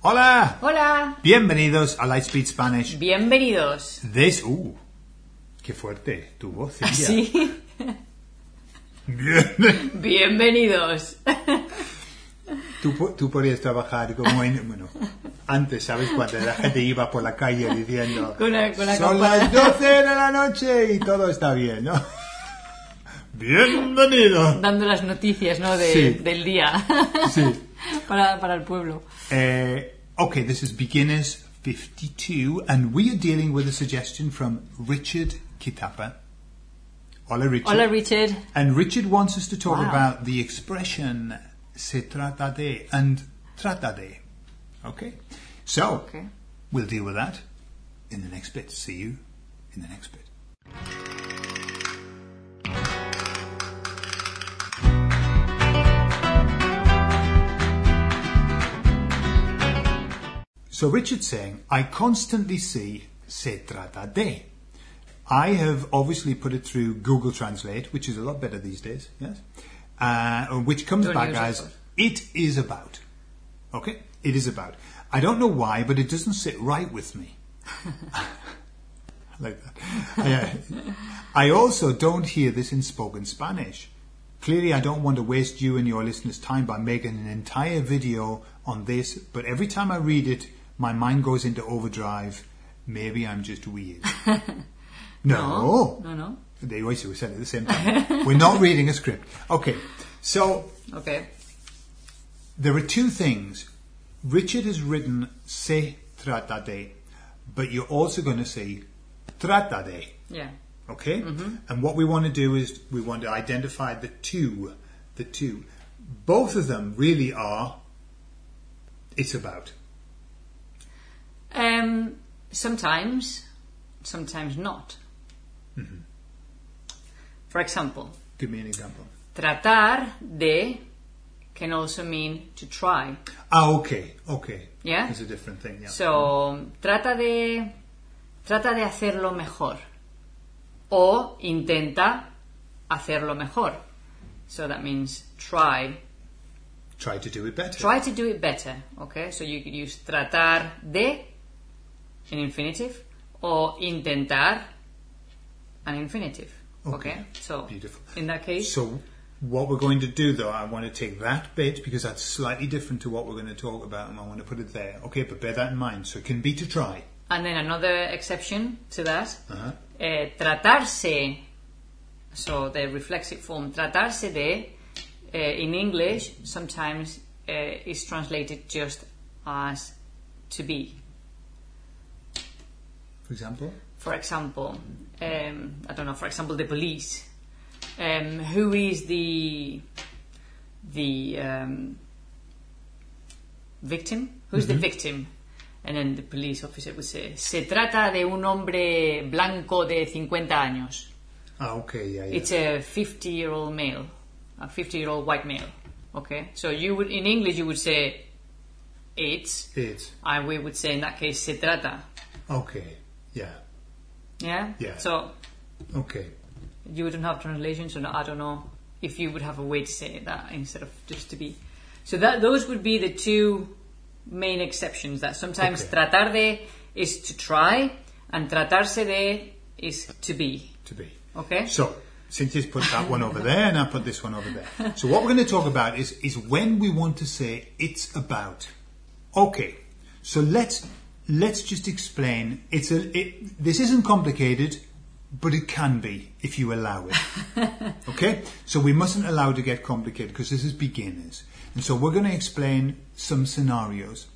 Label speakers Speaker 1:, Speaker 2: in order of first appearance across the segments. Speaker 1: Hola.
Speaker 2: Hola.
Speaker 1: Bienvenidos a Lightspeed Spanish.
Speaker 2: Bienvenidos.
Speaker 1: This. Uh, qué fuerte tu voz. Silvia.
Speaker 2: Ah, Sí.
Speaker 1: Bien.
Speaker 2: Bienvenidos.
Speaker 1: Tú, po- tú podías trabajar como en. Bueno, antes, ¿sabes? Cuando la gente iba por la calle diciendo.
Speaker 2: Con la- con la
Speaker 1: Son
Speaker 2: campana".
Speaker 1: las 12 de la noche y todo está bien, ¿no? Bienvenido.
Speaker 2: Dando las noticias, ¿no? De-
Speaker 1: Sí.
Speaker 2: Del día.
Speaker 1: Sí.
Speaker 2: Para, para el pueblo.
Speaker 1: Eh, okay, this is Beginners 52, and we are dealing with a suggestion from Richard Kitapa. Hola, Richard.
Speaker 2: Hola, Richard.
Speaker 1: And Richard wants us to talk
Speaker 2: Wow.
Speaker 1: about the expression se trata de and trata de. Okay? So,
Speaker 2: Okay.
Speaker 1: we'll deal with that in the next bit. See you in the next bit. So Richard's saying, I constantly see se trata de. I have obviously put it through Google Translate, which is a lot better these days, yes? Uh, which comes
Speaker 2: Don't
Speaker 1: back
Speaker 2: use it,
Speaker 1: as
Speaker 2: of course.
Speaker 1: it is about. Okay? It is about. I don't know why, but it doesn't sit right with me. I like that. Yeah. I also don't hear this in spoken Spanish. Clearly, I don't want to waste you and your listeners' time by making an entire video on this, but every time I read it, my mind goes into overdrive. Maybe I'm just weird. no.
Speaker 2: No, no.
Speaker 1: They always we said it at the same time. We're not reading a script. Okay, so
Speaker 2: Ok.
Speaker 1: there are two things. Richard has written se trata de, but you're also going to see trata de.
Speaker 2: Yeah.
Speaker 1: Okay?
Speaker 2: Mm-hmm.
Speaker 1: And what we want to do is we want to identify the two. The two. Both of them really are it's about.
Speaker 2: Um, sometimes, sometimes not. For example,
Speaker 1: Give me an example.
Speaker 2: tratar de can also mean to try.
Speaker 1: Ah, okay, okay.
Speaker 2: Yeah.
Speaker 1: It's a different thing, yeah.
Speaker 2: So, trata de trata de hacerlo mejor o intenta hacerlo mejor. So that means try
Speaker 1: Try to do it better.
Speaker 2: try to do it better, okay? So you could use tratar de in infinitive or intentar an infinitive. Okay.
Speaker 1: Okay.
Speaker 2: So
Speaker 1: Beautiful.
Speaker 2: in that case,
Speaker 1: So, what we're going to do though, I want to take that bit because that's slightly different to what we're going to talk about and I want to put it there. Okay, but bear that in mind. So, it can be to try.
Speaker 2: and then another exception to that,
Speaker 1: Uh-huh.
Speaker 2: eh, tratarse, so the reflexive form, tratarse de, eh, in English, sometimes eh, is translated just as to be.
Speaker 1: For example?
Speaker 2: For example, um, I don't know, for example, the police. Um, who is the the um, victim? Who's the victim? And then the police officer would say, se trata de un hombre blanco de 50 años.
Speaker 1: Ah, okay, yeah, yeah.
Speaker 2: It's a 50 year old male, a 50 year old white male. Okay, so you would in English you would say it's,
Speaker 1: It's.
Speaker 2: and we would say in that case se trata.
Speaker 1: Okay, yeah,
Speaker 2: Yeah.
Speaker 1: Yeah.
Speaker 2: So
Speaker 1: okay.
Speaker 2: you wouldn't have translation, so I don't know if you would have a way to say that instead of just to be. So that those would be the two main exceptions. That sometimes
Speaker 1: Okay.
Speaker 2: tratar de is to try, and tratarse de is to be.
Speaker 1: To be.
Speaker 2: Okay.
Speaker 1: So, Cynthia's put that one over there, and I put this one over there. So, what we're going to talk about is is when we want to say it's about. Okay, so let's let's just explain. It's a it, this isn't complicated, but it can be if you allow it. okay, so we mustn't allow to get complicated because this is beginners, and so we're going to explain some scenarios.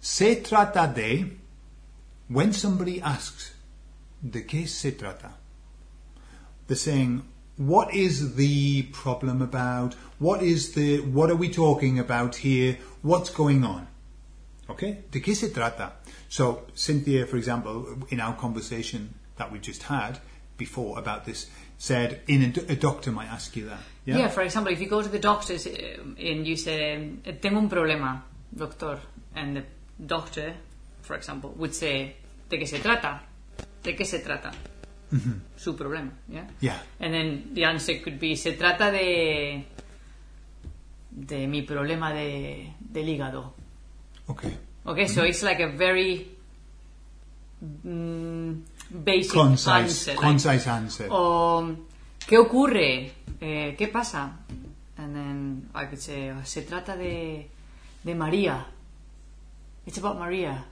Speaker 1: Se trata de when somebody asks, de qué se trata? they're saying what is the problem about what is the what are we talking about here what's going on okay de qué se trata so cynthia for example in our conversation that we just had before about this said in a, do- a doctor might ask you that
Speaker 2: Yeah. for example, if you go to the doctors um, and you say, tengo un problema, doctor, and the doctor, for example, would say, ¿de qué se trata? ¿De qué se trata? Su problema, yeah?
Speaker 1: Yeah.
Speaker 2: And then the answer could be, se trata de... de mi problema de, del hígado.
Speaker 1: Okay.
Speaker 2: Okay, so it's like a very mm, basic
Speaker 1: Concise,
Speaker 2: answer. like,
Speaker 1: concise answer.
Speaker 2: um, ¿Qué ocurre? Eh, ¿Qué pasa? And then I could say, "Oh, se trata de, de María. It's about María.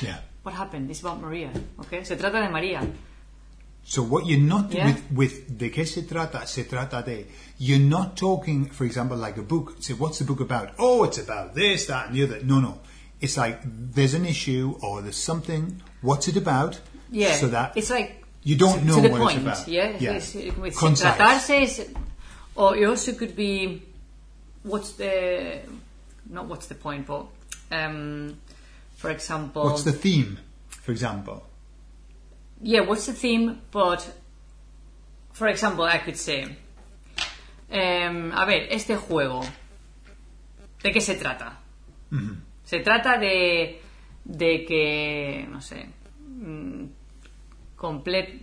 Speaker 1: Yeah.
Speaker 2: What happened? It's about María. Okay, se trata de María.
Speaker 1: So what you're not
Speaker 2: Yeah.
Speaker 1: with with de que se trata se trata de you're not talking for example like a book say what's the book about oh it's about this that and the other no no it's like there's an issue or there's something what's it about
Speaker 2: Yeah.
Speaker 1: so that
Speaker 2: it's like
Speaker 1: you don't
Speaker 2: to,
Speaker 1: know
Speaker 2: to the
Speaker 1: what
Speaker 2: point.
Speaker 1: it's about
Speaker 2: Yeah. It's, it, with se
Speaker 1: Concise.
Speaker 2: tratarse is, or it also could be, what's the, not what's the point, but, um, for example,
Speaker 1: what's the theme for example
Speaker 2: yeah, what's the theme? But, for example, I could say, em, a ver, este juego, ¿de qué se trata? Se trata de, de que, no sé, complet...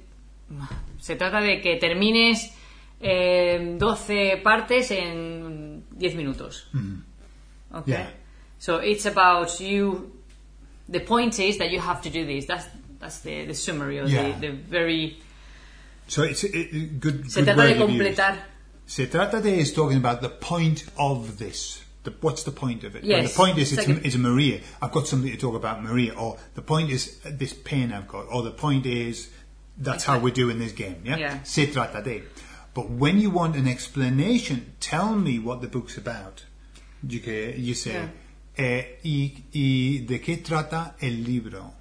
Speaker 2: Se trata de que termines em, 12 partes en 10 minutos. Okay.
Speaker 1: Yeah.
Speaker 2: So it's about you. The point is that you have to do this. That's that's the, the summary or
Speaker 1: Yeah.
Speaker 2: the, the very.
Speaker 1: so it's a, a good
Speaker 2: Se
Speaker 1: good
Speaker 2: trata de
Speaker 1: word you've used.
Speaker 2: completar.
Speaker 1: Se trata de is talking about the point of this. The, what's the point of it? Well,
Speaker 2: Yes.
Speaker 1: the point is,
Speaker 2: It's
Speaker 1: it's,
Speaker 2: like a-
Speaker 1: it's Maria. I've got something to talk about Maria. Or the point is uh, this pain I've got. Or the point is that's how we're doing this game. Yeah?
Speaker 2: Yeah.
Speaker 1: Se trata de. But when you want an explanation, tell me what the book's about. You, ca- you say,
Speaker 2: Yeah.
Speaker 1: eh, y, ¿y de qué trata el libro?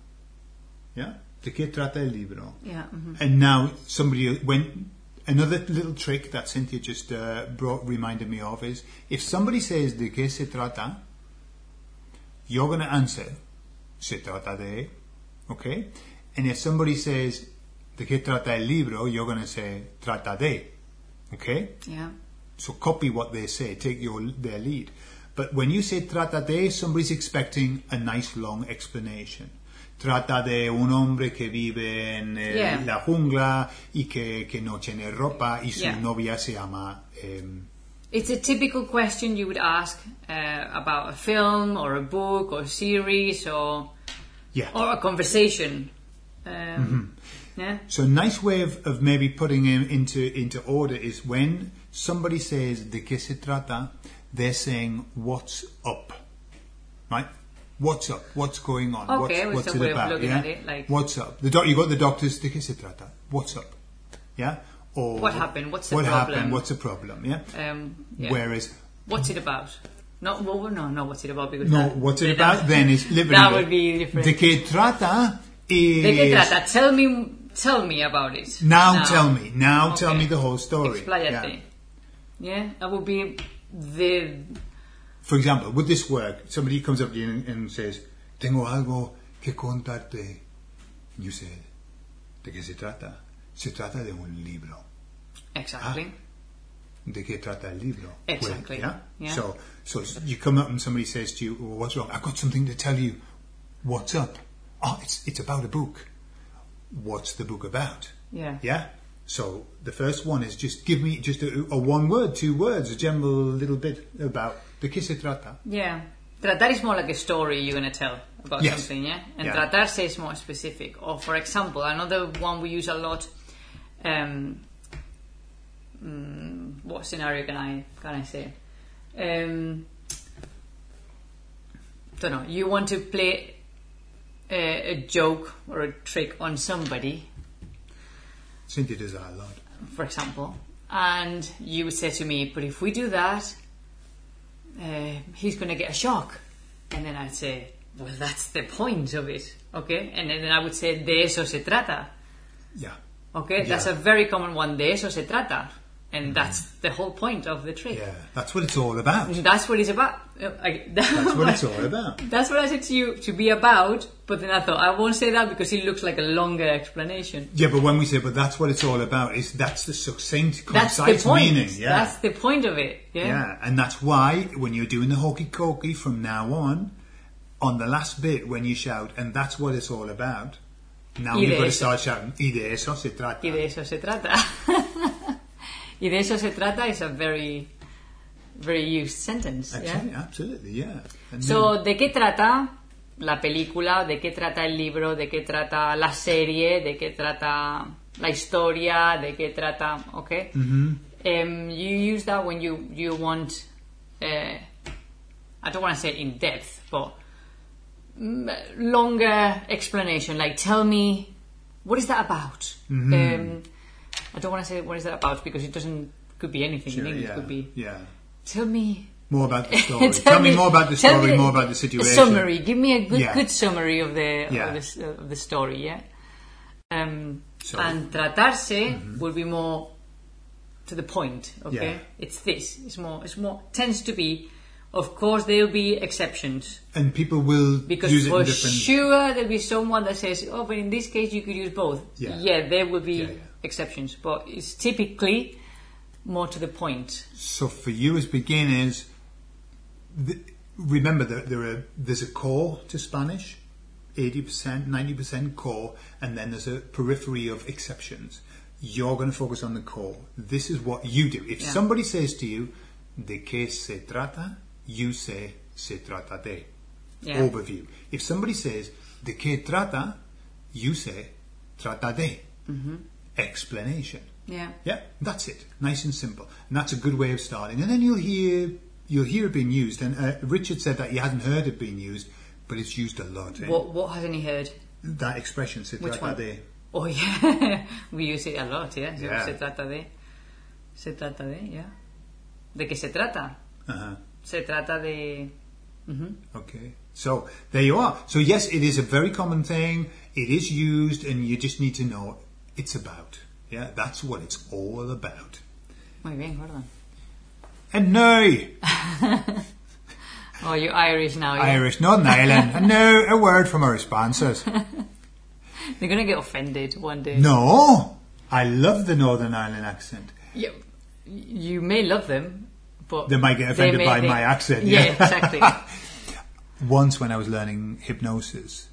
Speaker 1: Yeah? ¿De qué trata el libro?
Speaker 2: Yeah. mhm.
Speaker 1: And now somebody went. Another little trick that Cynthia just uh, brought reminded me of is if somebody says de qué se trata, you're going to answer se trata de, okay? And if somebody says de qué trata el libro, you're going to say trata de, okay?
Speaker 2: Yeah.
Speaker 1: So copy what they say, take your their lead. But when you say trata de, somebody's expecting a nice long explanation. Trata de un hombre que vive en eh,
Speaker 2: Yeah.
Speaker 1: la jungla y que, que no tiene ropa y su
Speaker 2: Yeah.
Speaker 1: novia se llama... em,
Speaker 2: It's a typical question you would ask uh, about a film or a book or series or
Speaker 1: yeah.
Speaker 2: or a conversation. Um, Yeah.
Speaker 1: So a nice way of, of maybe putting him into into order is when somebody says de qué se trata, they're saying what's up, right? What's up? What's going on? what's,
Speaker 2: Okay, it's
Speaker 1: what's
Speaker 2: a
Speaker 1: it
Speaker 2: way of
Speaker 1: about?
Speaker 2: looking
Speaker 1: yeah?
Speaker 2: at it, like-
Speaker 1: what's up? The doc- you got the doctors de qué se trata? What's up? Yeah. Or
Speaker 2: What happened? What's the
Speaker 1: what
Speaker 2: problem?
Speaker 1: happened? What's the problem? Yeah.
Speaker 2: Um, yeah.
Speaker 1: Whereas
Speaker 2: What's it about? No, well, no, no. What's it about? Because
Speaker 1: no,
Speaker 2: that-
Speaker 1: what's
Speaker 2: that-
Speaker 1: it about then is liberty.
Speaker 2: That would be different.
Speaker 1: De qué trata is
Speaker 2: ¿De qué trata? Tell me, tell me about it.
Speaker 1: Now, tell me. Now tell
Speaker 2: Okay.
Speaker 1: me the whole story. Yeah.
Speaker 2: Expláyate. Yeah. that would be the.
Speaker 1: For example, would this work? Somebody comes up to you and, and says, Tengo algo que contarte. And you said, ¿De qué se trata? Se trata de un libro.
Speaker 2: Exactly.
Speaker 1: ¿De qué trata el libro?
Speaker 2: Exactly.
Speaker 1: Well, yeah?
Speaker 2: Yeah.
Speaker 1: So, so you come up and somebody says to you, well, what's wrong? I've got something to tell you. What's up? Oh, it's, it's about a book. What's the book about?
Speaker 2: Yeah.
Speaker 1: Yeah. So the first one is just give me just a, a one word, two words, a general little bit about de qué se trata.
Speaker 2: Yeah. Tratar is more like a story you're going to tell about
Speaker 1: Yes.
Speaker 2: something, yeah? And
Speaker 1: Yeah.
Speaker 2: tratarse is more specific. Or, for example, another one we use a lot. Um, mm, what scenario can I can I say? Um, don't know. You want to play a, a joke or a trick on somebody,
Speaker 1: Cynthia does that a lot.
Speaker 2: for example, and you would say to me, "But if we do that, uh, he's going to get a shock," and then I'd say, "Well, that's the point of it, okay?" And then I would say, "De eso se trata."
Speaker 1: Yeah.
Speaker 2: Okay, that's
Speaker 1: Yeah. Mm-hmm.
Speaker 2: a very common one. De eso se trata, and that's the whole point of the trick.
Speaker 1: Yeah. That's what it's all about.
Speaker 2: That's what it's about. Uh, I-
Speaker 1: That's what it's all about.
Speaker 2: That's what I said to you to be about, but then I thought I won't say that because it looks like a longer explanation.
Speaker 1: Yeah, but when we say, but that's what it's all about, is that's the succinct,
Speaker 2: That's
Speaker 1: concise
Speaker 2: the point.
Speaker 1: meaning. Yeah.
Speaker 2: That's the point of it.
Speaker 1: yeah. And that's why when you're doing the hokey cokey from now on, on the last bit when you shout, and that's what it's all about, now
Speaker 2: Y de
Speaker 1: you've got to
Speaker 2: eso.
Speaker 1: start shouting, y de eso se trata.
Speaker 2: Y de eso se trata. y de eso se trata is a very, very used sentence.
Speaker 1: That's
Speaker 2: yeah?
Speaker 1: it, absolutely, yeah. And
Speaker 2: So, ¿de qué trata? la película, de qué trata el libro, de qué trata la serie, de qué trata la historia, de qué trata, ¿ok? Um, you use that when you you want, uh, I don't want to say in depth, but mm, longer explanation. Like, tell me what is that about. Um, I don't want to say what is that about because it doesn't could be anything. in English
Speaker 1: yeah,
Speaker 2: could be
Speaker 1: yeah.
Speaker 2: tell me
Speaker 1: More about the story. tell, me, more about the
Speaker 2: tell
Speaker 1: story.
Speaker 2: me
Speaker 1: More about the
Speaker 2: a
Speaker 1: situation.
Speaker 2: Summary. Give me a good,
Speaker 1: Yeah.
Speaker 2: good summary of the
Speaker 1: Yeah.
Speaker 2: of, this, of the story. Yeah. Um,
Speaker 1: So- Mm-hmm.
Speaker 2: and tratarse will be more to the point. Okay.
Speaker 1: Yeah.
Speaker 2: It's this. It's more. It's more. Tends to be. Of course, there will be exceptions
Speaker 1: And people will
Speaker 2: because
Speaker 1: use it
Speaker 2: for
Speaker 1: in different.
Speaker 2: sure there'll be someone that says, "Oh, but in this case, you could use both."
Speaker 1: Yeah.
Speaker 2: there will be
Speaker 1: Yeah, yeah.
Speaker 2: exceptions, but it's typically more to the point.
Speaker 1: So for you as beginners, th remember that there are there's a core to Spanish, eighty percent, ninety percent core, and then there's a periphery of exceptions. You're going to focus on the core. This is what you do. If
Speaker 2: Yeah.
Speaker 1: somebody says to you, "De qué se trata?" you say, "Se trata de."
Speaker 2: Yeah.
Speaker 1: Overview. If somebody says, "De qué trata?" you say, "Trata de."
Speaker 2: Mm-hmm.
Speaker 1: Explanation.
Speaker 2: Yeah.
Speaker 1: Yeah, that's it. Nice and simple. And that's a good way of starting. And then you'll hear you'll hear it being used. And uh, Richard said that he hasn't heard it being used, but it's used a lot. eh?
Speaker 2: What What hasn't he heard?
Speaker 1: That expression, se
Speaker 2: Which
Speaker 1: trata
Speaker 2: one?
Speaker 1: de.
Speaker 2: Oh yeah, we use it a lot. Yeah. So,
Speaker 1: Yeah.
Speaker 2: Se trata de. Se trata de. Yeah. ¿De qué se trata?
Speaker 1: Uh-huh.
Speaker 2: Se trata de.
Speaker 1: Okay. So there you are. So yes, it is a very common thing. It is used, and you just need to know it's about. Yeah, that's what it's all about.
Speaker 2: Muy bien, Gordon.
Speaker 1: And no,
Speaker 2: Oh, you're Irish now. Yeah?
Speaker 1: Irish Northern Ireland. and no, a word from our sponsors.
Speaker 2: They're gonna get offended one day.
Speaker 1: No, I love the Northern Ireland accent.
Speaker 2: You, you may love them, but
Speaker 1: They might get offended
Speaker 2: may
Speaker 1: by
Speaker 2: think-
Speaker 1: my accent,
Speaker 2: Yeah,
Speaker 1: yeah.
Speaker 2: exactly.
Speaker 1: once when I was learning hypnosis,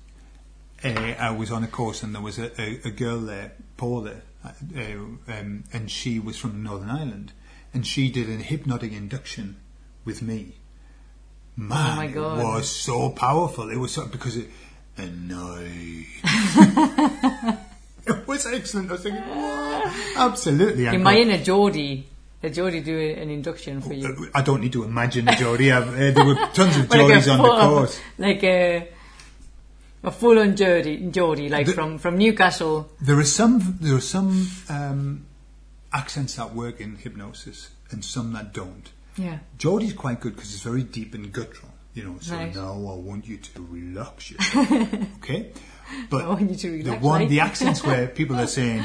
Speaker 1: uh, I was on a course and there was a, a, a girl there, Paula, uh, um, and she was from Northern Ireland, and she did a hypnotic induction with me. Man,
Speaker 2: Oh my God.
Speaker 1: it was so powerful. It was so, because it annoyed. it was excellent. I was thinking, "Wow, absolutely. I got-
Speaker 2: Imagine a Geordie, a Geordie do an induction for you.
Speaker 1: I don't need to imagine a Geordie. I've, uh, there were tons of
Speaker 2: Like a
Speaker 1: Geordies on the
Speaker 2: full-
Speaker 1: course.
Speaker 2: Like a a full-on Geordie, Geordie, like
Speaker 1: The-
Speaker 2: from from Newcastle.
Speaker 1: There are some there are some um, accents that work in hypnosis and some that don't.
Speaker 2: Yeah.
Speaker 1: Geordie's quite good because it's very deep and guttural, you know. So
Speaker 2: Right.
Speaker 1: now I want you to relax yourself, okay? But
Speaker 2: I want you to
Speaker 1: the
Speaker 2: relax,
Speaker 1: one
Speaker 2: right?
Speaker 1: the accents where people are saying,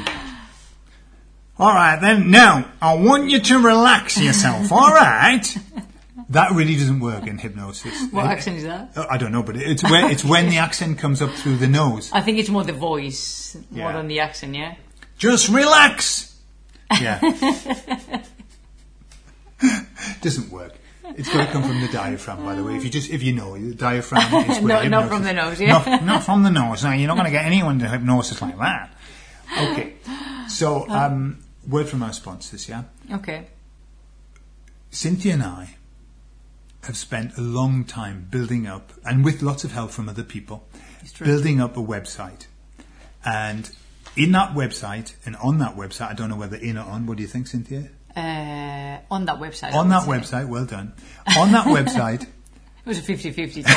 Speaker 1: "All right, then now I want you to relax yourself." All right, that really doesn't work in hypnosis.
Speaker 2: What
Speaker 1: It-
Speaker 2: accent is that?
Speaker 1: Oh, I don't know, but it's when it's when the accent comes up through the nose.
Speaker 2: I think it's more the voice, more
Speaker 1: Yeah.
Speaker 2: than the accent, yeah?
Speaker 1: Just relax. Yeah. Doesn't work. It's got to come from the diaphragm, by the way. If you just if you know the diaphragm is where
Speaker 2: Not- not
Speaker 1: hypnosis-
Speaker 2: from the nose, yeah.
Speaker 1: Not, not from the nose. Now you're not going to get anyone to hypnosis like that. Okay. So,
Speaker 2: Uh.
Speaker 1: um, word from our sponsors. Yeah,
Speaker 2: Okay.
Speaker 1: Cynthia and I have spent a long time building up, and with lots of help from other people,
Speaker 2: It's true.
Speaker 1: building up a website. And in that website, and on that website, I don't know whether in or on. What do you think, Cynthia?
Speaker 2: Uh, on that website. I
Speaker 1: on that
Speaker 2: would say.
Speaker 1: website, well done. On that website,
Speaker 2: It was a 50-50 chance.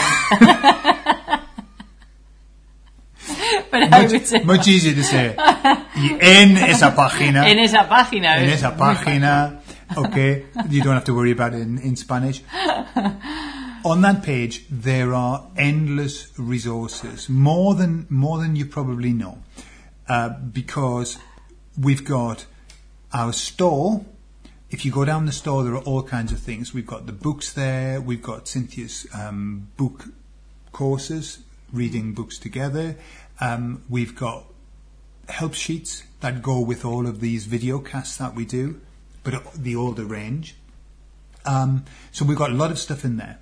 Speaker 2: but I would say
Speaker 1: much, much easier to say. Y en esa página.
Speaker 2: en esa página.
Speaker 1: en
Speaker 2: es-
Speaker 1: esa página. Okay, you don't have to worry about it in, in Spanish. On that page, there are endless resources, more than more than you probably know, uh, because we've got our store. If you go down the store, there are all kinds of things. We've got the books there. We've got Cynthia's um, book courses, reading books together. Um, we've got help sheets that go with all of these video casts that we do, but the older range. Um, so we've got a lot of stuff in there.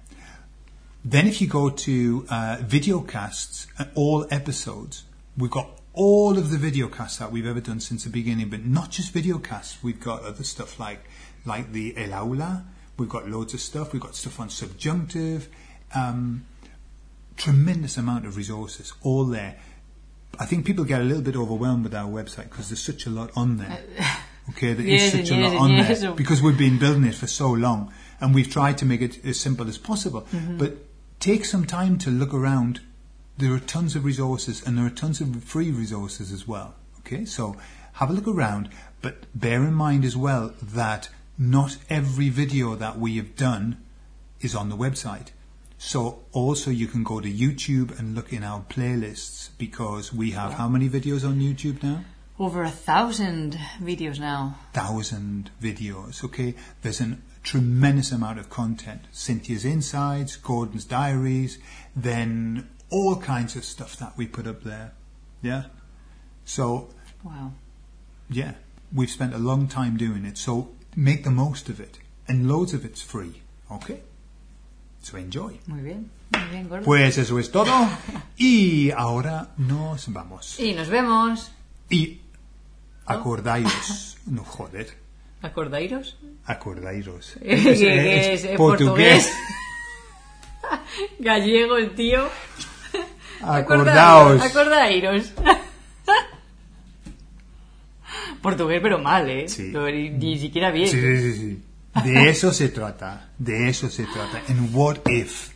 Speaker 1: Then, if you go to uh, video casts, uh, all episodes, we've got all of the video casts that we've ever done since the beginning, but not just video casts. We've got other stuff like like the El Aula. We've got loads of stuff. We've got stuff on subjunctive. Um, tremendous amount of resources all there. I think people get a little bit overwhelmed with our website because there's such a lot on there. Okay, there is
Speaker 2: Yes,
Speaker 1: such a
Speaker 2: yes,
Speaker 1: lot on
Speaker 2: yes.
Speaker 1: there because we've been building it for so long and we've tried to make it as simple as possible.
Speaker 2: Mm-hmm.
Speaker 1: But take some time to look around. There are tons of resources and there are tons of free resources as well. Okay, so have a look around, but bear in mind as well that not every video that we have done is on the website. So also you can go to YouTube and look in our playlists because we have how many videos on YouTube now?
Speaker 2: Over a thousand videos now.
Speaker 1: thousand videos. Okay, there's a tremendous amount of content. Cynthia's insights, Gordon's diaries, then all kinds of stuff that we put up there. Yeah. So
Speaker 2: Wow.
Speaker 1: yeah, we've spent a long time doing it. So make the most of it, and loads of it's free. Okay. So enjoy.
Speaker 2: Muy bien. Muy bien, Gordo.
Speaker 1: Pues eso es todo. Y ahora nos vamos.
Speaker 2: Y nos vemos.
Speaker 1: Y acordáis, no joder,
Speaker 2: ¿Acordáis?
Speaker 1: acordáis.
Speaker 2: Es, es, es portugués. Gallego el tío.
Speaker 1: Acordaos.
Speaker 2: Acordaíros. Portugués, pero mal, ¿eh?
Speaker 1: Sí.
Speaker 2: No, ni, ni siquiera bien.
Speaker 1: Sí, sí, sí, sí. De eso se trata. De eso se trata. And what if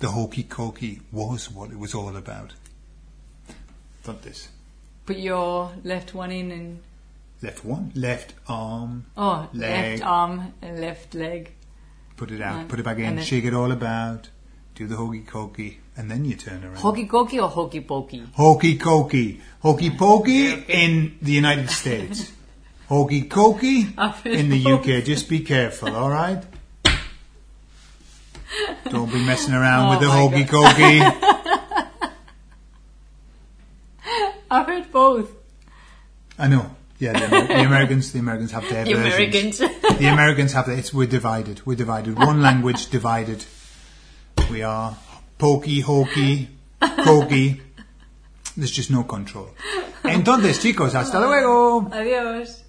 Speaker 1: the hokey cokey was what it was all about? Entonces,
Speaker 2: Put your left one in and...
Speaker 1: left one, left arm,
Speaker 2: Oh,
Speaker 1: Leg.
Speaker 2: left arm and left leg.
Speaker 1: put it out,
Speaker 2: Uh,
Speaker 1: put it back in,
Speaker 2: and then-
Speaker 1: shake it all about, do the hokey cokey, and then you turn around.
Speaker 2: Hokey cokey o hokey pokey.
Speaker 1: Hokey cokey. Hokey pokey in the United States. Hokey cokey
Speaker 2: Up in
Speaker 1: in the
Speaker 2: both.
Speaker 1: UK. Just be careful, all right? Don't be messing around
Speaker 2: Oh
Speaker 1: with the
Speaker 2: my
Speaker 1: hokey cokey.
Speaker 2: I've heard both.
Speaker 1: I know. Yeah, the, Amer- the Americans, the Americans have their
Speaker 2: The
Speaker 1: versions.
Speaker 2: Americans.
Speaker 1: The Americans have their. It's we're divided. We're divided. One language divided. We are pokey, hokey, cokey. There's just no control. Entonces, chicos, hasta luego.
Speaker 2: Adiós.